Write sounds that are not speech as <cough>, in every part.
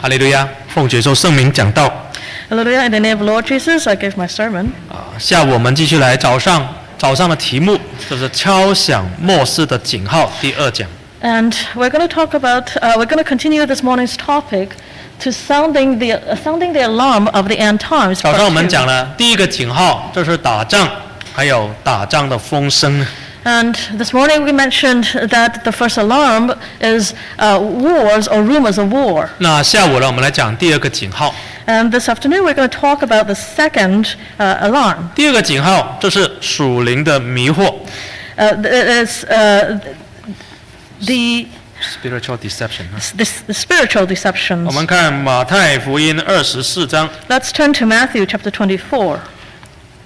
哈利路亚，奉主受圣名讲道 Hallelujah. In the name of Lord Jesus, I gave my sermon. 啊、下午我们继续来早上早上的题目就是敲响末世的警号第二讲。 And we're going to talk about, uh, we're going to continue this morning's topic to sounding the, uh, sounding the alarm of the end times. 早 part 上我们 two. 讲了第一个警号就是打仗，还有打仗的风声。 And this morning we mentioned that the first alarm is uh, wars or rumors of war. 那下午呢，我们来讲第二个警号。 And this afternoon we're going to talk about the second uh, alarm. 第二个警号就是属灵的迷惑 Uh, th- it is uh, the, （spiritual deception）。啊 the, the spiritual 我 deceptions. 们看马太福音二十四章 Let's turn to Matthew chapter 24,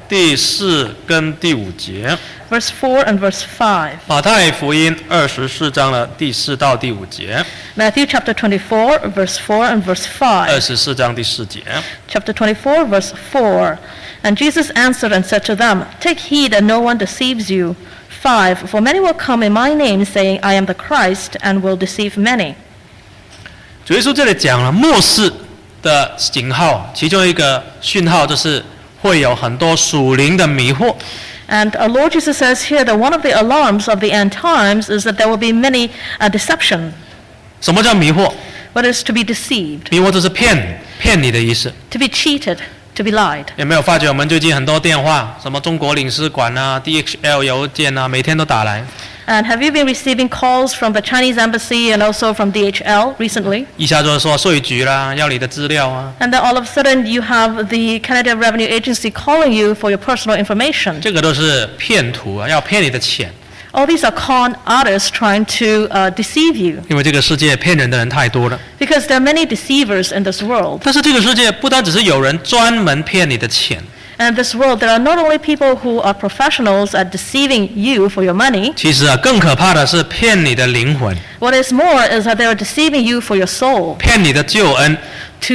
第四跟第五节。 verse 4 and verse 5. 马太福音二十四章的第四到第五节， Matthew chapter 24, verse 4 and verse 5. 二十四章第四节。 Chapter 24, verse 4. And Jesus answered and said to them, Take heed that no one deceives you. 5. For many will come in my name, saying, I am the Christ, and will deceive many. 主耶稣这里讲了末世的警号，其中一个讯号就是会有很多属灵的迷惑。 And our Lord Jesus says here that one of the alarms of the end times is that there will be many uh, deception. 什么叫迷惑？ What is to be deceived, 迷惑就是骗骗你的意思。 to be cheated, to be lied. 有没有发觉我们最近很多电话，什么中国领事馆啊、DHL 邮件啊，每天都打来， And have you been receiving calls from the Chinese embassy and also from DHL recently? 一下就是说税局啦，要你的资料啊。 And then all of a sudden, you have the Canada Revenue Agency calling you for your personal information. 这个都是骗徒啊，要骗你的钱， All these are con artists trying to uh, deceive you 因为这个世界骗人的人太多了。 because there are many deceivers in this world. 但是这个世界不单只是有人专门骗你的钱， And this world, there are not only people who are professionals at deceiving you for your money, 其实啊，更可怕的是骗你的灵魂， what is more is that they are deceiving you for your soul, 骗你的救恩。 to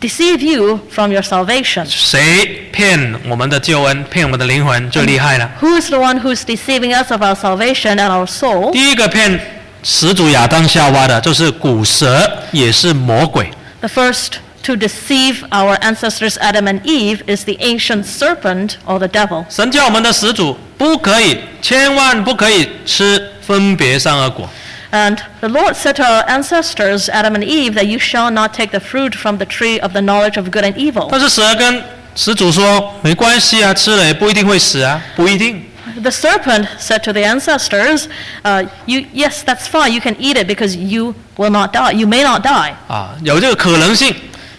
deceive you from your salvation. 谁骗我们的救恩，骗我们的灵魂最厉害了。 Who is the one who's deceiving us of our salvation and our soul? 第一个骗始祖亚当夏娃的就是古蛇，也是魔鬼。 The first to deceive our ancestors Adam and Eve is the ancient serpent or the devil. 神叫我们的始祖不可以，千万不可以吃分别善恶果。 And the Lord said to our ancestors Adam and Eve that you shall not take the fruit from the tree of the knowledge of good and evil. 但是蛇跟始祖说没关系啊，吃了也不一定会死啊，不一定。 The serpent said to the ancestors, uh, you, Yes, that's fine, you can eat it because you will not die. You may not die. 啊，有这个可能性，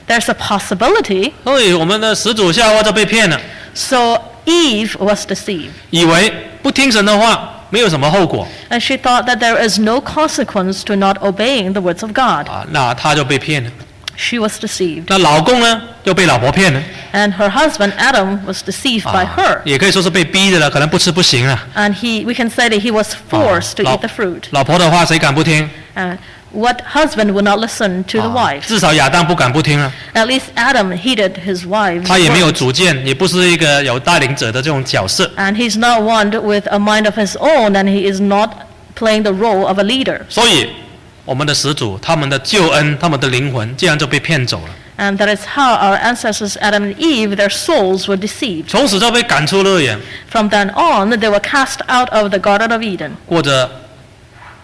There's a possibility. 所以我们的始祖夏娃就被骗了， So Eve was deceived. 以为不听神的话没有什么后果 And she thought that there is no consequence to not obeying the words of God. 啊，那她就被骗了。 She was deceived. 那老公呢，又被老婆骗了 And her husband Adam was deceived by 啊 her.，也可以说是被逼的了，可能不吃不行了。啊 And he, we can say that he was forced to 老 eat the fruit. 老婆的话谁敢不听？ Uh, what husband would not listen to the 啊 wife? 至少亚当不敢不听啊， At least Adam heeded his wife. 他也没有主见，也不是一个有带领者的这种角色， And he's not one with a mind of his own, and he is not playing the role of a leader. 所以我们的始祖他们的救恩、他们的灵魂，竟然就被骗走了， And that is how our ancestors Adam and Eve, their souls were deceived. 从此就被赶出乐园， From then on, they were cast out of the Garden of Eden, 过着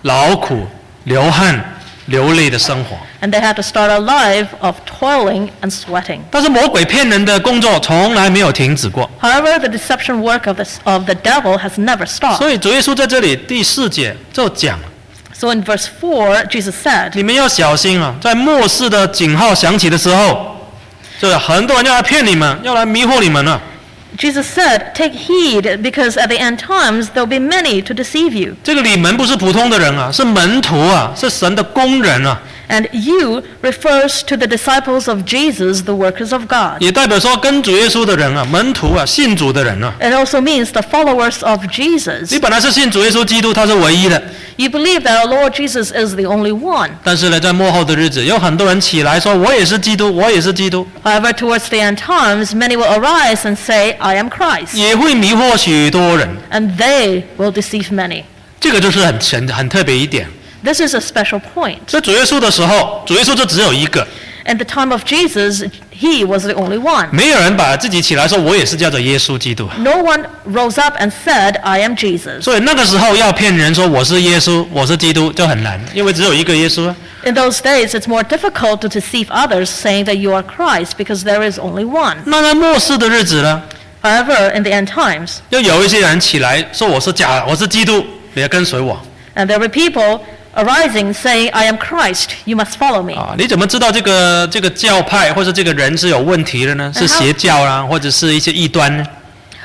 劳苦、流汗、流泪的生活。 and they had to start a life of toiling and sweating. 但是魔鬼骗人的工作从来没有停止过， However, the deception work of, this, of the devil has never <laughs> stopped. 所以主耶稣在这里第四节就讲： So in verse 4, Jesus said, 你们要小心啊，在末世的警号响起的时候，就是很多人要来骗你们，要来迷惑你们啊了、 Jesus said, Take heed, because at the end times there will be many to deceive you. 这个你们不是普通的人啊，是门徒啊，是神的工人啊， And you refers to the disciples of Jesus, the workers of God. 也代表说跟主耶稣的人啊，门徒啊，信主的人啊。 It also means the followers of Jesus. 你本来是信主耶稣基督，他是唯一的， You believe that our Lord Jesus is the only one. 但是呢，在幕后的日子，有很多人起来说：“我也是基督，我也是基督。 However, towards the end times, many will arise and say, I am ”Christ. 也会迷惑许多人。 And they will deceive many. 这个就是很神、很特别一点。 This is a special point. 在主耶稣的时候，主耶稣就只有一个， At the time of Jesus, he was the only one. 没有人把自己起来说我也是叫做耶稣基督， No one rose up and said, I am Jesus. 所以那个时候要骗人说我是耶稣，我是基督就很难，因为只有一个耶稣啊。 In those days, it's more difficult to deceive others saying that you are Christ because there is only one. 那在末世的日子呢， However, in the end times, 又有一些人起来说我是假，我是基督，你要跟随我 and there were people arising saying, I am Christ, you must follow me. 啊！你怎么知道这个这个教派或者这个人是有问题的呢？是邪教啊，或者是一些异端呢？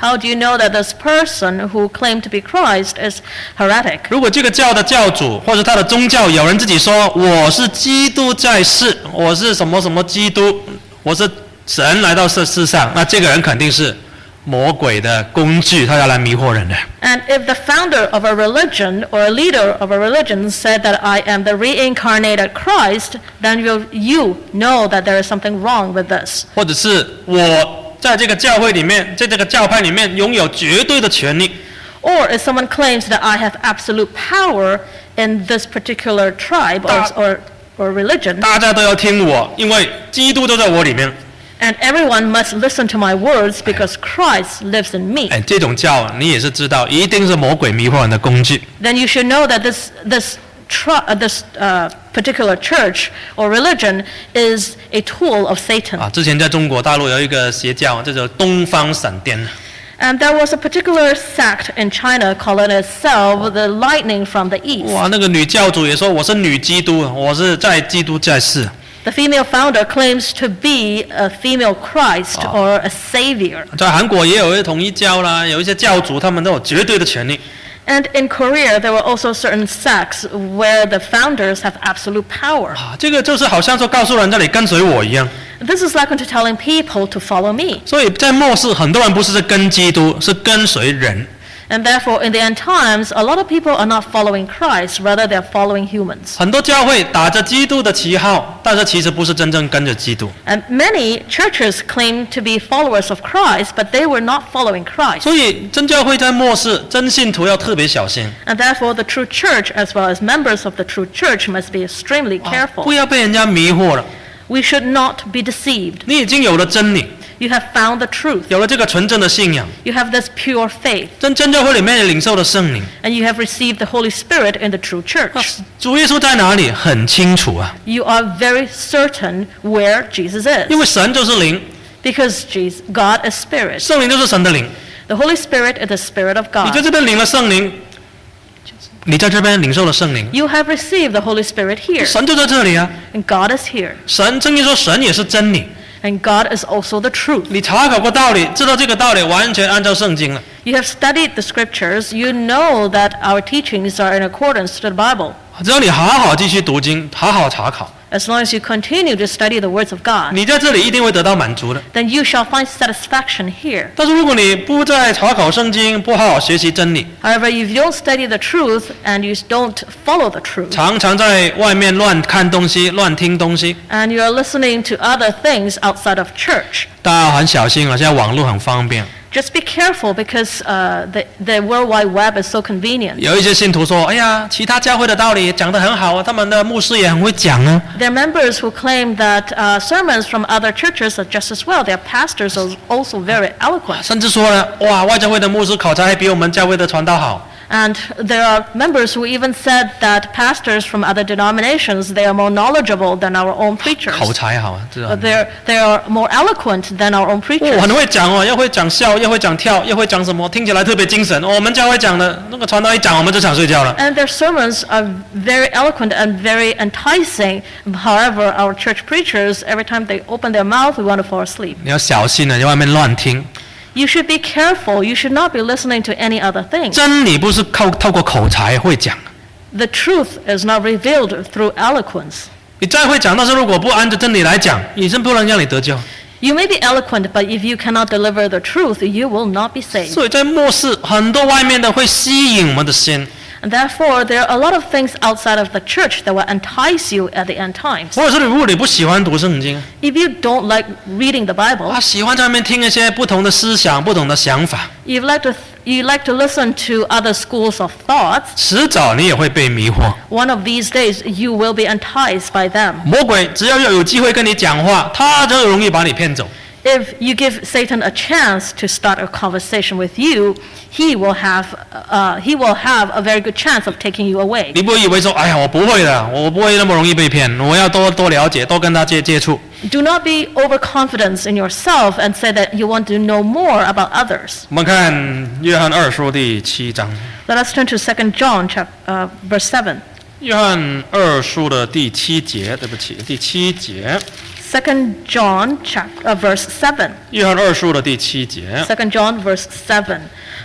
How do you know that this person who claimed to be Christ is heretic? 如果这个教的教主或者他的宗教有人自己说我是基督在世，我是什么什么基督，我是神来到世世上，那这个人肯定是魔鬼的工具，他要来迷惑人的。 And if the founder of a religion or a leader of a religion said that I am the reincarnated Christ, then you, you know that there is something wrong with this. 或者是我在这个教会里面，在这个教派里面拥有绝对的权利， Or if someone claims that I have absolute power in this particular tribe or, Ah. or, or religion, 大家都要听我，因为基督都在我里面。 and everyone must listen to my words because Christ lives in me, 哎，这种教你也是知道，一定是魔鬼迷惑人的工具。 then you should know that this, this, tri- uh, this uh, particular church or religion is a tool of Satan. 啊，之前在中国大陆有一个邪教，叫做东方闪电。 And there was a particular sect in China calling itself the lightning from the east. 哇，那个女教主也说我是女基督，我是在基督在世。 The female founder claims to be a female Christ or a savior. 在韩国也有一些统一教啦，有一些教主他们都有绝对的权利。 And in Korea, there were also certain sects where the founders have absolute power. 啊，这个就是好像说告诉人这里跟随我一样。 This is like unto telling people to follow me. 所以在末世，很多人不是跟基督，是跟随人。 And therefore, in the end times, a lot of people are not following Christ, rather, they're following humans. 很多教会打着基督的旗号，但是其实不是真正跟着基督。 And many churches claim to be followers of Christ, but they were not following Christ. 所以真教会在末世，真信徒要特别小心， And therefore, the true church, as well as members of the true church, must be extremely 不 careful. 要被人家迷惑了。 We should not be deceived. 你已经有了真理， You have found the truth. 有了这个纯正的信仰， You have this pure faith, 真真教会里面领受的圣灵， and you have received the Holy Spirit in the true church. 主耶稣在哪里很清楚啊， You are very certain where Jesus 因 is, 为神就是灵， because Jesus, God is spirit. 圣灵就是神的灵。 The Holy Spirit is the Spirit of 你在 God. 这边领了圣灵，你在这边领受了圣灵， You have received the Holy Spirit here, 神就在这里啊。 and God is here, 神圣经说神也是真理， and God is also the truth. 你查考过道理，知道这个道理，完全按照圣经了。 You have studied the scriptures. You know that our teachings are in accordance to the Bible. 只要你好好继续读经，好好查考， As long as you continue to study the words of God, 你在这里一定会得到满足的。 then you shall find satisfaction here. 但是如果你不再查考圣经，不好好学习真理， However, if you don't study the truth and you don't follow the truth, 常常在外面乱看东西、乱听东西， and you are listening to other things outside of church, 大家很小心啊！现在网络很方便， just be careful because uh, the, the World Wide Web is so convenient. 有一些信徒说：“哎呀，其他教会的道理讲得很好啊，他们的牧师也很会讲啊。 There are members who claim that uh, sermons from other churches are just as well. Their pastors are also very ”eloquent. 甚至说呢，哇，外教会的牧师口才还比我们教会的传道好。 And there are members who even said that pastors from other denominations, they are more knowledgeable than our own preachers. 口才好啊，这 But they're, they are more eloquent than our own 我 preachers. 很会讲哦，又会讲笑，又会讲跳，又会讲什么，听起来特别精神。哦我们教会讲的那个传道一讲，我们就想睡觉了。 And their sermons are very eloquent and very enticing. However, our church preachers, every time they open their mouth, we want to fall asleep. 你要小心啊了，你在外面乱听。 You should be careful. You should not be listening to any other thing. 真理不是靠透过口才会讲，啊 The truth is not revealed through eloquence. 你再会讲，但是如果不按着真理来讲，你是不能让你得救。 You may be eloquent, but if you cannot deliver the truth, you will not be saved. 所以在末世，很多外面的会吸引我们的心。 And therefore, there are a lot of things outside of the church that will entice you at the end times. 或者是如果你不喜欢读圣经， If you don't like reading the Bible, 啊，喜欢在外面听一些不同的思想、不同的想法， You like to th- you like to listen to other schools of thoughts, 迟早你也会被迷惑。 one of these days you will be enticed by them. 魔鬼只要有机会跟你讲话，他就容易把你骗走。 If you give Satan a chance to start a conversation with you, he will have, uh, he will have a very good chance of taking you away. 你不以为说，哎呀，我不会的，我不会那么容易被骗，我要多多了解，多跟他接接触。 Do not be overconfident in yourself and say that you want to know more about others. 我们看约翰二书第七章， Let us turn to 2 John chap- uh, verse 7. 约翰二书的第七节，对不起，第七节， 2 John chap- uh, verse 7. 约翰二书的第七节， 2 John verse 7.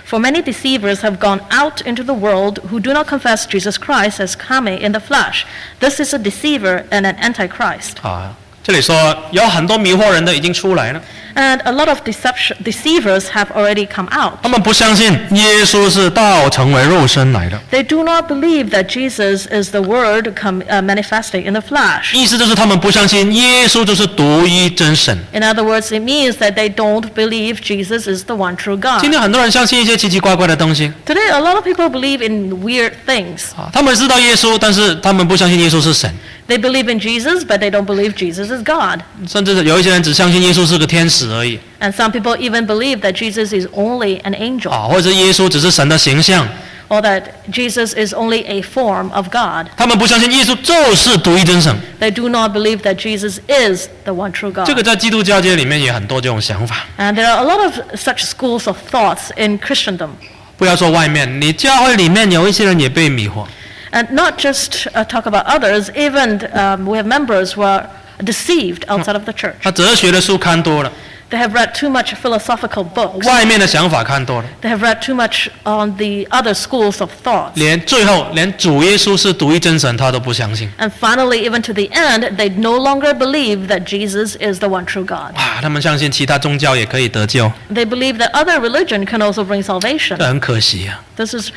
For many deceivers have gone out into the world who do not confess Jesus Christ as coming in the flesh. This is a deceiver and an antichrist. 啊，这里说有很多迷惑人的已经出来了， And a lot of deception, deceivers have already come out. 他们不相信耶稣是道成为肉身来的， They do not believe that Jesus is the Word come, uh, manifesting in the flesh. 意思就是他们不相信耶稣就是独一真神。 In other words, it means that they don't believe Jesus is the one true 今 God. 天很多人相信一些奇奇怪怪的东西 Today, a lot of people believe in weird things. 啊，他们知道耶稣，但是他们不相信耶稣是神， They believe in Jesus, but they don't believe Jesus is God. 甚至有一些人只相信耶稣是个天使而已 And some people even believe that Jesus is only an angel, 啊，或者是耶稣只是神的形象， or that Jesus is only a form of God. 他们不相信耶稣就是独一真神。 They do not believe that Jesus is the one true 这个 God. 在基督教界里面也很多这种想法， And there are a lot of such schools of thoughts in Christendom. 不要说外面，你教会里面有一些人也被迷惑。 And not just uh, talk about others, even um, we have members who are deceived outside of the church. 他哲学的书看多了， They have read too much philosophical books. 外面的想法看多了， They have read too much on the other schools of thought. 连最后连主耶稣是独一真神他都不相信 And finally, even to the end, they no longer believe that Jesus is the one true God. 啊！他们相信其他宗教也可以得救， They believe that other religion can also bring salvation. 这很可惜啊。 This is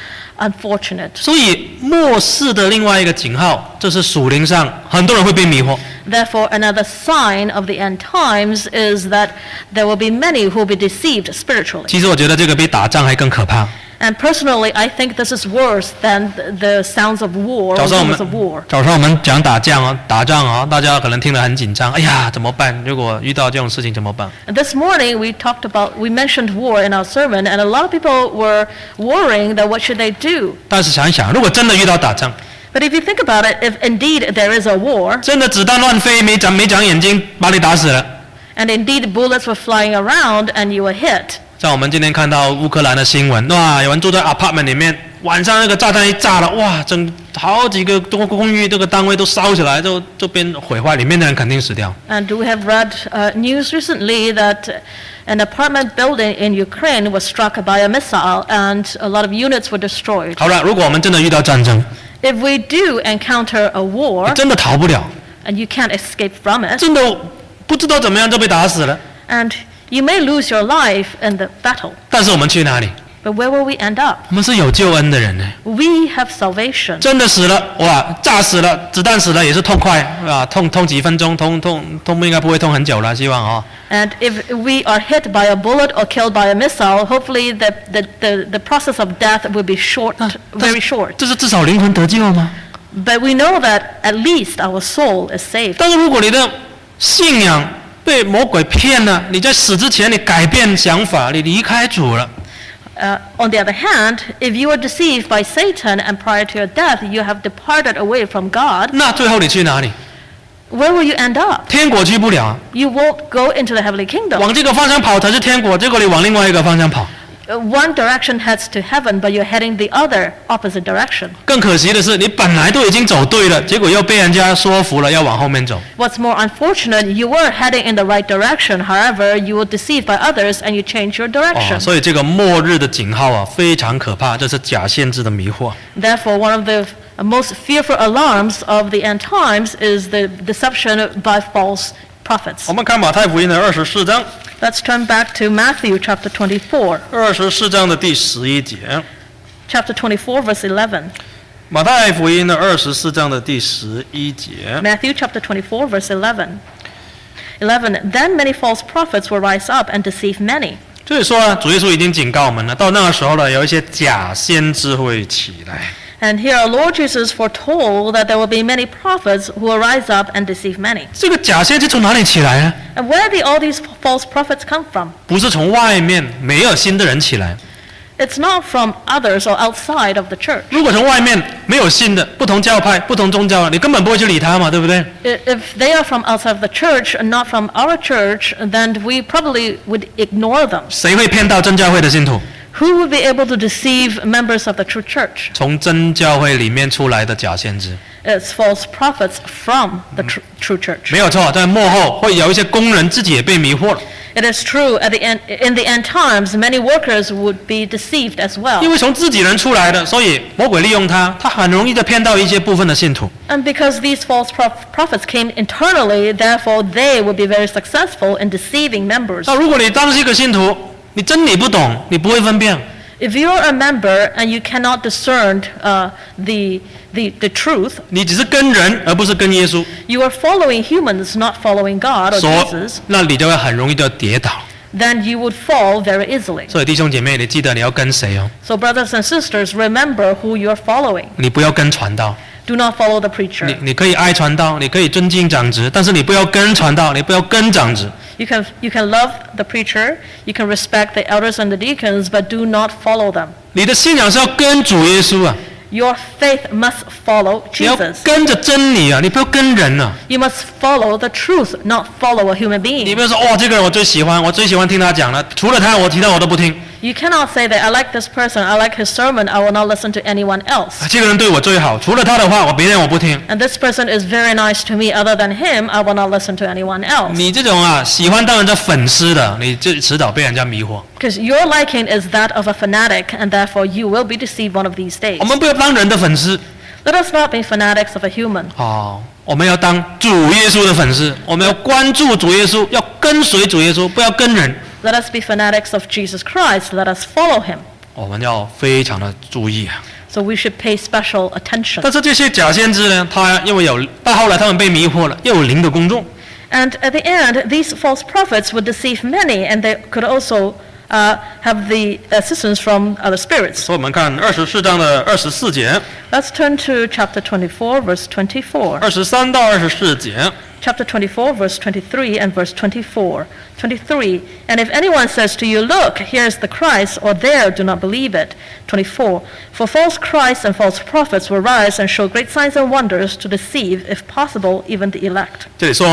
unfortunate. 所以末世的另外一个警号，就是属灵上很多人会被迷惑。 Therefore, another sign of the end times is that there will be many who will be deceived spiritually. 其实我觉得这个比打仗还更可怕。 And personally, I think this is worse than th- the sounds of war or 早上我 rumors of 们 war. 早上我们讲打仗啊，打仗啊，大家可能听得很紧张。哎呀，怎么办？如果遇到这种事情怎么办？ And This morning, we talked about, we mentioned war in our sermon, and a lot of people were worrying that what should they do? 但是想一想，如果真的遇到打仗， But if you think about it, if indeed there is a war, 真的子弹乱飞，没长没长眼睛，把你打死了。 and indeed bullets were flying around and you were hit, 像我们今天看到乌克兰的新闻，哇，有人住在 apartment 里面，晚上那个炸弹一炸了，哇，整好几个公公寓这个单位都烧起来，就就变毁坏，里面的人肯定死掉。 And we have read uh, news recently that an apartment building in Ukraine was struck by a missile and a lot of units were destroyed. 好了，如果我们真的遇到战争， If we do encounter a war 真的逃不了， and you can't escape from it, 真的不知道怎么样就被打死了， and you may lose your life in the battle, 但是我们去哪里？ but where will we end up? 我们是有救恩的人呢， We have salvation. 真的死了，哇，炸死了，子弹死了也是痛快啊，痛痛几分钟，痛痛痛应该不会痛很久了，希望哦。 And if we are hit by a bullet or killed by a missile, hopefully the, the, the, the process of death will be short, Ah, very short. 这是至少灵魂得救吗？ But we know that at least our soul is saved. 但是如果你的信仰被魔鬼骗了，你在死之前你改变想法，你离开主了， Uh, on the other hand, if you are deceived by Satan and prior to your death you have departed away from God, 那最后你去哪里？ where will you end up? 天国去不了啊， You won't go into the heavenly kingdom. 往这个方向跑才是天国，结果你往另外一个方向跑。 Uh, One direction heads to heaven, but you're heading the other opposite direction. 更可惜的是，你本来都已经走对了，结果又被人家说服了，要往后面走。 What's more unfortunate, you were heading in the right direction. However, you were deceived by others and you changed your 哦， direction. 所以这个末日的警号啊，非常可怕，这是假先知的迷惑。 Therefore, one of the f- most fearful alarms of the end times is the deception by false prophets. 我们看马太福音的二十四章， Let's turn back to Matthew chapter 24. 二十四章的第十一节， chapter 24, verse 11. 马太福音的二十四章的第十一节。 Matthew chapter 24, verse 11. 11. Then many false prophets will rise up and deceive many. 这所以说呢，主耶稣已经警告我们了，到那个时候呢，有一些假先知会起来。 And here our Lord Jesus foretold that there will be many prophets who will rise up and deceive many. 这个假先知从哪里起来呢？ And where did all these false prophets come from? 不是从外面没有新的人起来。 It's not from others or outside of the church. 如果从外面没有新的不同教派、不同宗教，你根本不会去理他嘛，对不对？ I- If they are from outside of the church and not from our church, then we probably would ignore them. 谁会骗到真教会的信徒？ Who would be able to deceive members of the true church? 从真教会里面出来的假先知， It's false prophets from the tr- true church. 没有错，在幕后会有一些工人自己也被迷惑了， It is true at the end, in the end times, many workers would be deceived as 因 well. 为从自己人出来的，所以魔鬼利用他，他很容易的骗到一些部分的信徒。 And because these false prof- prophets came internally, therefore they would be very successful in deceiving members. 那如果你当是一个信徒，你真理不懂，你不会分辨， If you are a member and you cannot discern uh, the, the, the truth, 你只是跟人而不是跟耶稣， you are following humans, not following God or 所 Jesus, 那你就会很容易的跌倒。 then you would fall very easily. 所以弟兄姐妹，你记得你要跟谁哦， So, brothers and sisters, remember who you are following. 你不要跟传道。 Do not follow the 你 preacher. 你可以爱传道，你可以尊敬长职，但是你不要跟传道，你不要跟长职。 You can, you can love the preacher, you can respect the elders and the deacons, but do not follow them. 你的信仰是要跟主耶稣啊， Your faith must follow 你要 Jesus. 跟着真理啊，你不要跟人啊。 You must follow the truth, not follow a human 你 being. 不要说哦，这个人我最喜欢，我最喜欢听他讲了，除了他我其他我都不听。 You cannot say that I like this person, I like his sermon, I will not listen to anyone 啊 else. 这个人对我最好，除了他的话，我别人我不听。 And this person is very nice to me, other than him, I will not listen to anyone else. 你这种啊，喜欢当人家粉丝的，你就迟早被人家迷惑。 Because your liking is that of a fanatic, and therefore you will be deceived one of these days. 我们不要当人的粉丝 Let us not be fanatics of a human. 哦，我们要当主耶稣的粉丝，我们要关注主耶稣，要跟随主耶稣，不要跟人。 Let us be fanatics of Jesus Christ. Let us follow him. 我们要非常的注意啊。 So we should pay special attention. 但是这些假先知呢，他因为有，但后来他们被迷惑了，又有灵的公众， And at the end, these false prophets would deceive many, and they could also uh, have the assistance from other spirits. 所以我们看二十四章的二十四节， Let's turn to chapter 24, verse 24. 二十三到二十四节， Chapter 24, verse 23 and verse 24. 23. And if anyone says to you, Look, here is the Christ, or there, do not believe it. 24. For false Christs and false prophets will rise and show great signs and wonders to deceive, if possible, even the elect. 这里说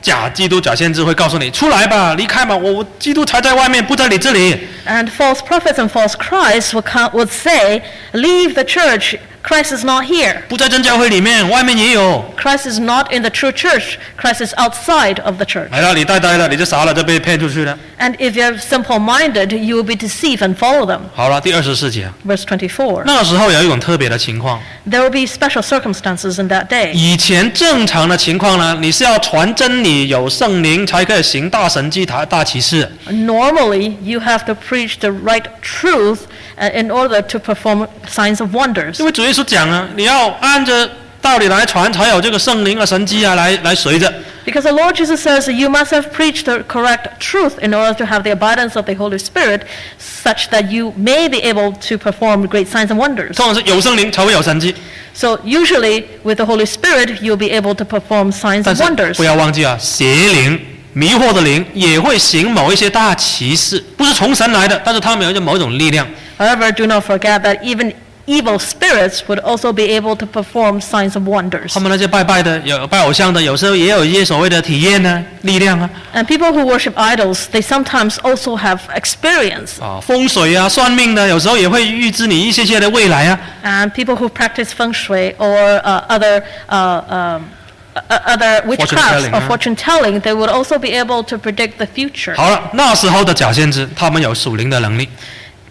假基督、假先知会告诉你出来吧，离开吧，我我基督才在外面，不在你这里。 And false prophets and false Christs will, come, will say, Leave the church, Christ is not here. 不在真教会里面，外面也有。 Christ is not in the true church, Christ is outside of the church. 来到你呆呆的，你就傻了，就被骗出去了。 And if you're simple minded, you will be deceived and follow them. 好了，第二十四节， Verse 24. 那个时候有一种特别的情况， There will be special circumstances in that day. 以前正常的情况呢，你是要传真理、有圣灵才可以行大神迹、大大奇事。 Normally, you have to preach the right truth uh, in order to perform signs of wonders. 因为主耶稣讲啊，你要按着道理来传，才有这个圣灵啊、神迹啊来来随着。 Because the Lord Jesus says that you must have preached the correct truth in order to have the abundance of the Holy Spirit, such that you may be able to perform great signs and wonders. 通常是有圣灵才会有神迹， So, usually, with the Holy Spirit, you'll be able to perform signs 但 and 是 wonders. 不要忘记啊，邪灵、迷惑的灵也会行某一些大奇事，不是从神来的，但是他们有一种某种力量。 However, do not forget that even evil spirits would also be able to perform signs of wonders. 他们那些拜拜的、有拜偶像的，有时候也有一些所谓的体验呢、力量啊， And people who worship idols, they sometimes also have experience. 啊，风水啊、算命的，有时候也会预知你一些些的未来啊。 And people who practice feng shui or uh, other, uh, um, uh, other witchcrafts telling, or huh? fortune telling, they would also be able to predict the future. 好了，那时候的假先知，他们有属灵的能力，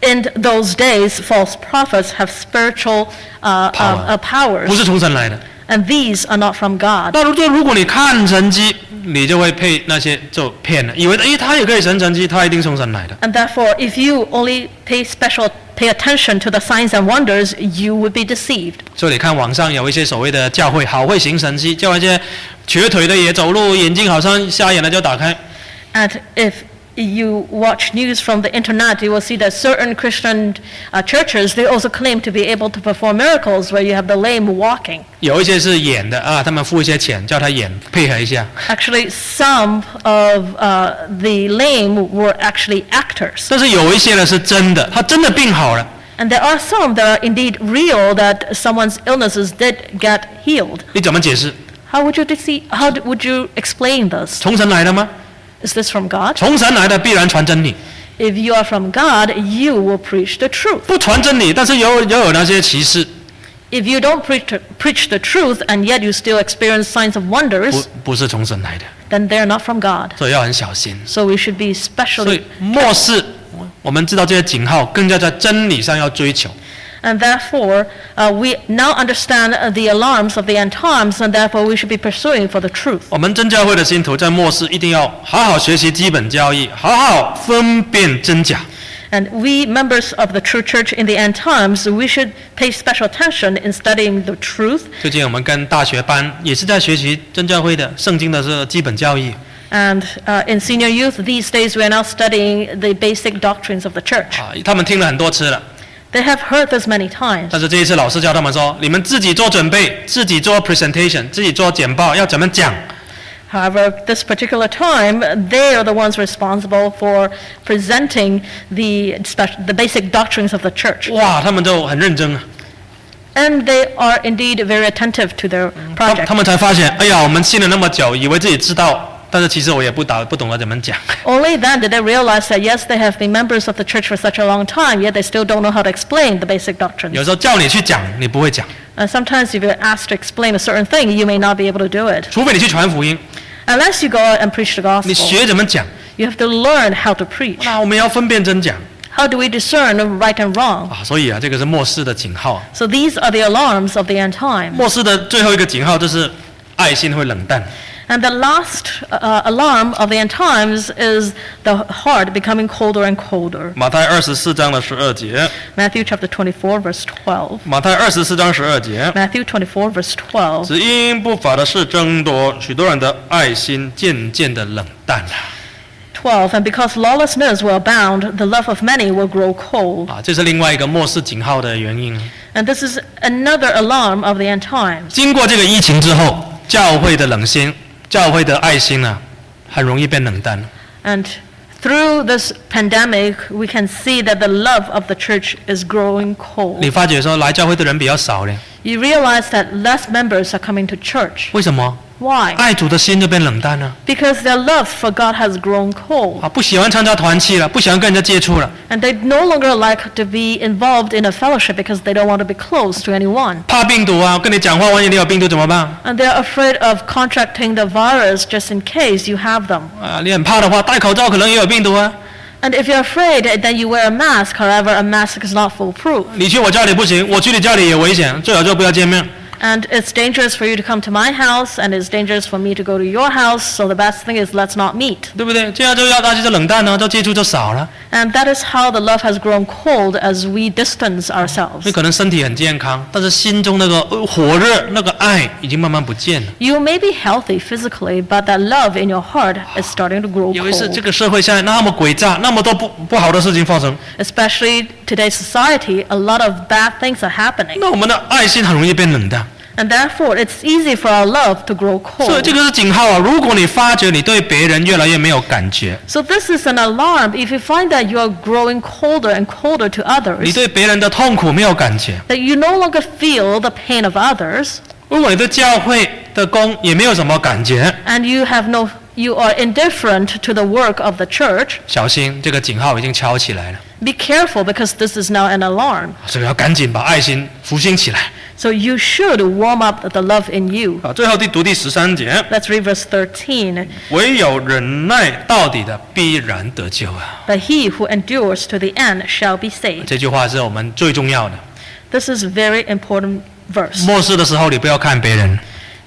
In those days, false prophets have spiritual Power. uh, um, uh, 不 powers, 是从神来的。 and these are not from God. 那如就如果你看神机，你就会被那些就骗了，以为诶他也可以神神机，他一定从神来的。 And therefore, if you only pay special pay attention to the signs and wonders, you would be deceived. 所以你看网上有一些所谓的教会好会行神机，叫那些瘸腿的也走路，眼睛好像瞎眼了就打开。 And if you watch news from the internet, you will see that certain Christian uh, churches, they also claim to be able to perform miracles where you have the lame walking. 有一些是演的啊，他们付一些钱叫他演，配合一下。 Actually, some of uh, the lame were actually actors. 但是有一些呢是真的，他真的病好了。 And there are some that are indeed real that someone's illnesses did get healed. 你怎么解释？ How would you, dece- how d- would you explain this? 从神来的吗？ Is this from God? 从神来的必然传真理， If you are from God, you will preach the truth. 不传真理，但是有又有那些歧视， If you don't preach, preach the truth and yet you still experience signs of 不 wonders, 不是从神来的， then they're not from God. 所以要很小心。 So we should be 所以 specially, 末世，我我们知道这些警号，更加在真理上要追求。 and therefore uh, we now understand uh, the alarms of the end times, and therefore we should be pursuing for the truth. 我们真教会的信徒在末世一定要好好学习基本教义，好好分辨真假。 And we, members of the true church in the end times, we should pay special attention in studying the truth. 最近我们跟大学班也是在学习真教会的圣经的这个基本教义 And uh, in senior youth, these days we are now studying the basic doctrines of the church. 啊，他们听了很多次了， They have heard this many times. 但是这一次老师教他们说，你们自己做准备，自己做 presentation，自己做简报，要怎么讲？ However, this particular time, they are the ones responsible for presenting the, spec- the basic doctrines of the church. 哇，他们就很认真啊， And they are indeed very attentive to their 他他 project. 们才发现，哎呀，我们信了那么久，以为自己知道，但是其实我也不打不懂得怎么讲。 <laughs> Only then did they realize that yes, they have been members of the church for such a long time, yet they still don't know how to explain the basic 有 doctrines. 时候叫你去讲，你不会讲， And sometimes if you're asked to explain a certain thing, you may not be able to do it. 除非你去传福音， Unless you go out and preach the 你 gospel, 学怎么讲。 you have to learn how to preach. 那我们要分辨真假 How do we discern right and wrong? 啊，所以啊，这个是末世的警号啊。 So these are the alarms of the end time. 末世的最后一个警号就是爱心会冷淡。 And the last uh, alarm of the end times is the heart becoming colder and colder. 马太二十四章的十二节， Matthew chapter 24, verse 12. 马太二十四章十二节， Matthew 24, verse 12. 只因不法的事增多，许多人的爱心渐渐的冷淡了 12. And because lawlessness will abound, the love of many will grow cold. 啊，这是另外一个末世警号的原因。 And this is another alarm of the end times. 经过这个疫情之后，教会的冷心，教会的爱心呢、啊很容易变冷淡。 And through this pandemic, we can see that the love of the church is growing 你 cold. 发觉说来教会的人比较少嘞， You realize that less members are coming to church. 为什么？ Why? 爱主的心就变冷淡了 Because their love for God has grown cold. 啊，不喜欢参加团契了，不喜欢跟人家接触了， And they no longer like to be involved in a fellowship because they don't want to be close to anyone. 怕病毒啊，跟你讲话，万一你有病毒怎么办 And they're afraid of contracting the virus just in case you have them. 啊？你很怕的话，戴口罩可能也有病毒啊。 And if you're afraid, then you wear a mask. However, a mask is not foolproof. 你去我家里不行，我去你家里也危险，最好就不要见面。 And it's dangerous for you to come to my house, and it's dangerous for me to go to your house. So the best thing is let's not meet. 对不对？这样就要大家就冷淡呢、啊就接触就少了。 And that is how the love has grown cold as we distance 你 ourselves. 可能身体很健康，但是心中那个呃火热、那个爱已经慢慢不见了。 You may be healthy physically, but that love in your heart is starting to grow 有一次，这 cold. 个社会现在那么诡诈，那么多不不好的事情发生， Especially today's society, a lot of bad things are happening. 那我们的爱心很容易变冷淡。 And therefore, it's easy for our love to grow 所以这 cold. 个是警号啊！如果你发觉你对别人越来越没有感觉， So this is an alarm. If you find that you are growing colder and colder to 你 others, 对别人的痛苦没有感觉， that you no longer feel the pain of others, 如果你对教会的工也没有什么感觉， and you have no, you are indifferent to the work of the church, 小心这个警号已经敲起来了， be careful because this is now an alarm. 所以要赶紧把爱心复兴起来 So you should warm up the love in you. 啊！最后第读第十三节， Let's read verse 13. 唯有忍耐到底的必然得救啊！ But he who endures to the end shall be saved. 这句话是我们最重要的。 This is very important verse. 末世的时候，你不要看别人，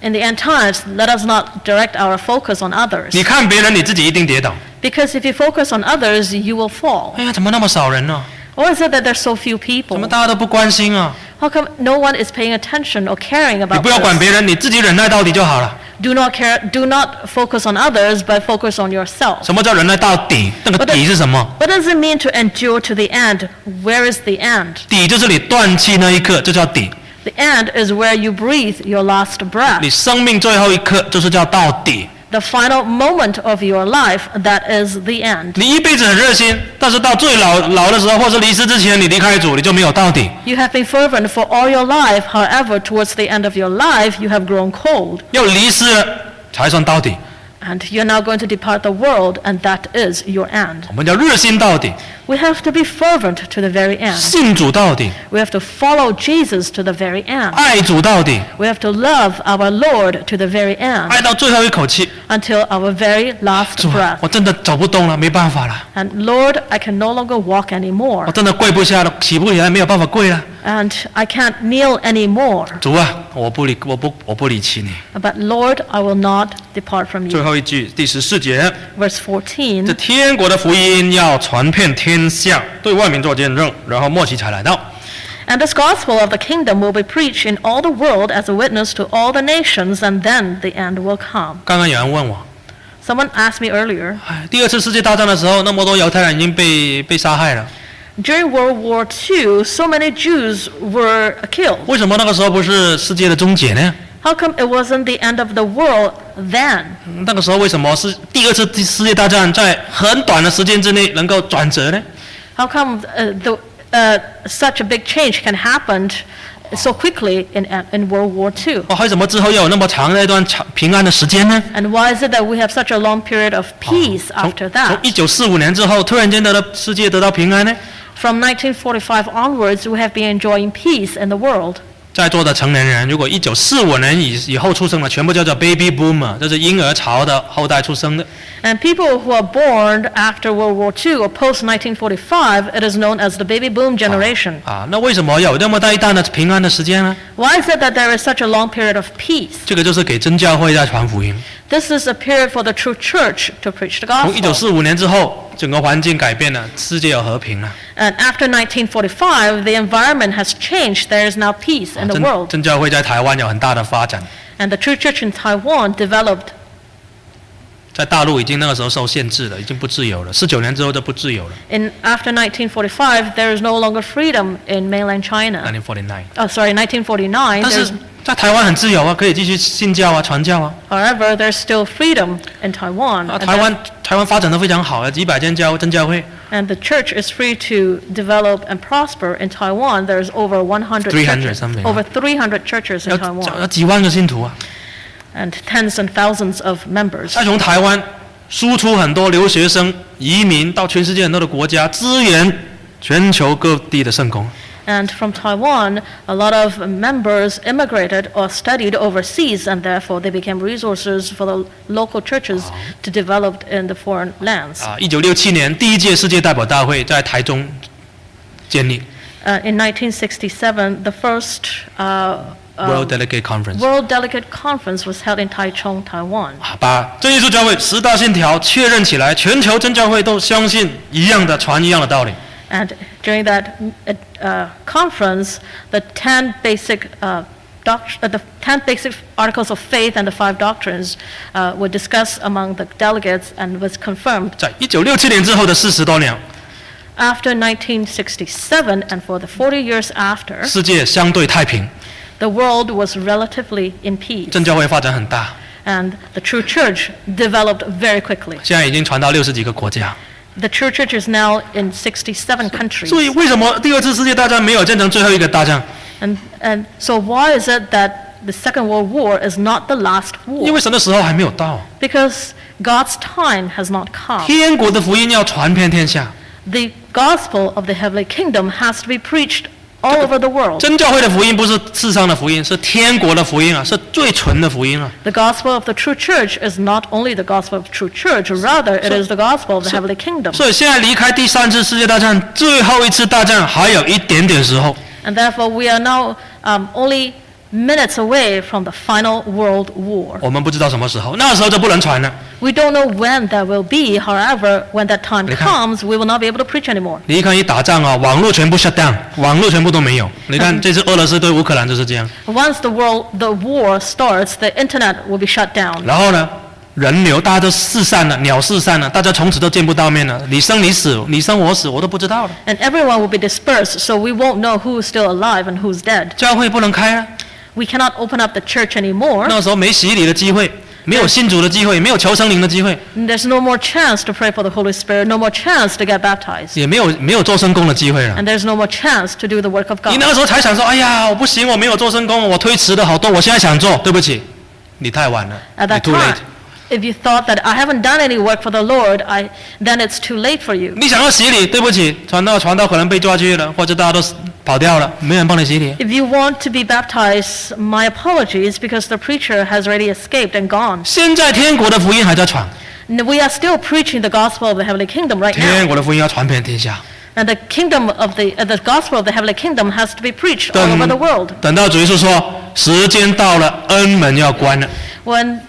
In the end times, let us not direct our focus on others. 你看别人你自己一定跌倒。 Because if you focus on others, you will fall. 哎呀，怎么那么少人呢、 Or is it that there's so few 怎么 people? 大家都不关心啊？ How come no one is paying attention or caring 你 about 不要管 this? 别人，你自己忍耐到底就好了。 Do not care. Do not focus on others, but focus on yourself. 什么叫忍耐到底？那个我的底是什么？ What does it mean to endure to the end? Where is the end? 底就是你断气那一刻，就叫底。 The end is where you breathe your last 你 breath. 生命最后一刻就是叫到底。 The final moment of your life, that is the end. 你一辈子很热心，但是到最老老的时候，或是离世之前，你离开主，你就没有到底。 You have been fervent for all your life, however, towards the end of your life, you have grown cold, 要离世了才算到底。 and you're now going to depart the world, and that is your end. 我们叫热心到底， We have to be fervent to the very end. 信主到底， We have to follow Jesus to the very end. 爱主到底， We have to love our Lord to the very end 爱到最后一口气。 until our very last 主啊 breath. 我真的走不动了，没办法了， And Lord, I can no longer walk 我 anymore. 真的跪不下了，起不起来，没有办法跪了。 And I can't kneel anymore. 主啊，我不离，我不，我不离弃你。 But Lord, I will not depart from 最 you. 后一句，第十四节， Verse 这14天国的福音要传遍天下，对外民做见证，然后末期才来到。 And this gospel of the kingdom will be preached in all the world as a witness to all the nations, and then the end will come. 刚刚有人问我， Someone asked me earlier 哎，第二次世界大战的时候，那么多犹太人已经被被杀害了， during World War II, so many Jews were killed. 为什么那个时候不是世界的终结呢？ How come it wasn't the end of the world then? 那个时候为什么是第二次世界大战在很短的时间之内能够转折呢？ How come uh, the, uh, such a big change can happen so quickly in, in World War II? 哦，为什么之后又有那么长的一段长平安的时间呢？ And why is it that we have such a long period of peace 从 after 从 that? 一九四五年之后，突然间得到世界得到平安呢？ From 1945 onwards, we have been enjoying peace in the world. 在座的成年人，如果一九四五年以以后出生的，全部叫做 baby boomer，就是婴儿潮的后代出生的。 And people who are born after World War II or post 1945, it is known as the baby boom generation. 啊，那为什么有那么大一段的平安的时间呢？ Why is it that there is such a long period of peace? 这个就是给真教会在传福音。 This is a period for the true church to preach the 从一九 gospel. 四五年之后，整个环境改变了，世界有和平了。 And after 1945, the environment has changed. There is now peace in the 真 world. 真教会在台湾有很大的发展， And the true church in Taiwan developed 在大陆已经那个时候受限制了，已经不自由了。四九年之后就不自由了。 in after 1945. There is no longer freedom in mainland China. 1949， Oh, sorry, 1949. 但是 There's, 在台湾很自由啊，可以继续信教啊、传教啊。 however, there's still freedom in Taiwan. 啊， and 台 that- 湾台湾发展的非常好啊，几百间教真教会 And the church is free to develop and prosper in Taiwan. There's over 100 300 churches, something. over 300 churches 要 in 要 Taiwan, 几万个信徒啊， and tens and thousands of members. 再从台湾输出很多留学生、移民到全世界很多的国家，支援全球各地的圣公。 And from Taiwan, a lot of members immigrated or studied overseas, and therefore they became resources for the local churches to develop in the foreign lands. 啊，一九六七年第一届世界代表大会在台中建立 Uh, in 1967, the first uh, World Delegate Conference，、 World Delegate Conference was held in Taichung, Taiwan. 啊把真耶稣教会十大信条确认起来，全球真教会都相信一样的传一样的道理。 And during that uh, conference, the 10 basic uh, doct- uh, the 10 basic articles of faith and the five doctrines uh, were discussed among the delegates and was confirmed 在一九六七年之后的四十多年， After 1967 and for the 40 years after, 世界相对太平， the world was relatively in peace 真教会发展很大， and the true church developed very quickly. 现在已经传到六十几个国家。 The true church is now in 67 countries. 所以为什么第二次世界大战没有变成最后一个大战？ And, and so why is it that the Second World War is not the last 因 war? 为神的时候还没有到， Because God's time has not come. 啊天国的福音要传遍天下， The gospel of the heavenly kingdom has to be preached all over the world. 真教会的福音不是世上的福音，是天国的福音啊，是最纯的福音啊。 The gospel of the true church is not only the gospel of true church, rather it So- is the gospel of the so- heavenly kingdom. 所以现在离开第三次世界大战，最后一次大战还有一点点时候， And therefore, we are now um, only minutes away from the final world war. 我们不知道什么时候，那时候就不能传了。 We don't know when that will be. However, when that time 你看。 comes, we will not be able to preach anymore. 你一看一打仗啊，网络全部 shut down，网络全部都没有。你看这次俄罗斯对乌克兰就是这样， Once the world, the war starts, the internet will be shut down. 然后呢，人流大家都四散了，鸟四散了，大家从此都见不到面了，你生你死，你生我死，我都不知道了。 And everyone will be dispersed, so we won't know who's still alive and who's dead. 教会不能开啊， We cannot open up the church anymore. 那时候没洗礼的机会，没有信主的机会，没有求生灵的机会， There's no more chance to pray for the Holy Spirit, no more chance to get baptized, 也没有没有做圣工的机会了。啊 and there's no more chance to do the work of 你 God. 那个时候才想说，哎呀，我不行，我没有做深工，我推迟的好多，我现在想做，对不起，你太晚了， At 你 that too late time,。if you thought that I haven't done any work for the Lord, I, then it's too late for you. 你想要洗礼，对不起，传道传道可能被抓去了，或者大家都跑掉了，没人帮你洗礼。 If you want to be baptized, my apologies because the preacher has already escaped and gone. 现在天国的福音还在传， And we are still preaching the gospel of the heavenly kingdom right 天 now. 国的福音要传遍天下。 And the kingdom of the, uh, the gospel of the heavenly kingdom has to be preached all over the 等 world. 等到主耶稣说时间到了，恩门要关了， When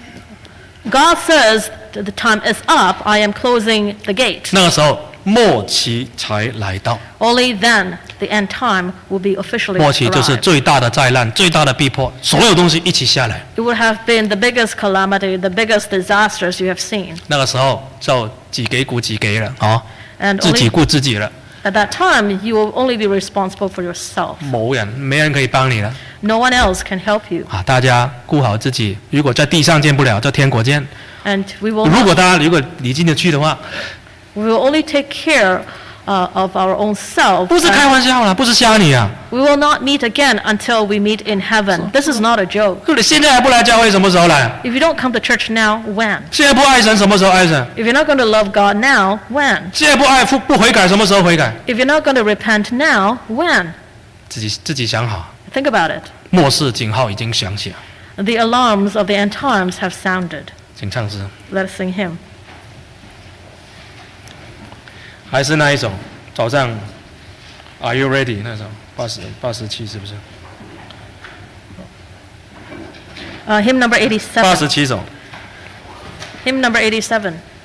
God says that the time is up, I am closing the gate. 那个时候末期才来到。 Only then the end time will be officially 末期就是 arrived. 最大的灾难、最大的逼迫，所有东西一起下来。 It would have been the biggest calamity, the biggest disasters you have seen. 那个时候就自己顾自己了，哦， And 自己 only 顾自己了， at that time, you will only be responsible for yourself. 某人没人可以帮你了 No one else can help you. 啊！大家顾好自己，如果在地上见不了，在天国见。 And we will, 如果大家如果你进得去的话， we will only take care uh, of our own self. 不是 and 开玩笑啦，不是吓你啊！ We will not meet again until we meet in heaven. This is not a joke. 就你现在还不来教会，什么时候来？ If you don't come to church now, when? 现在不爱神，什么时候爱神？ If you're not going to love God now, when? 现在不爱不不悔改，什么时候悔改？ If you're not going to repent now, when? 自己自己想好。 Think about it. 末世警号已经响起了， The alarms of the end times have sounded. 请唱诗， Let us sing hymn. 还是那一首，早上，Are you ready 那首，八十八十七是不是？ Uh, hymn number 八 87. 十七首。 Hymn number 87.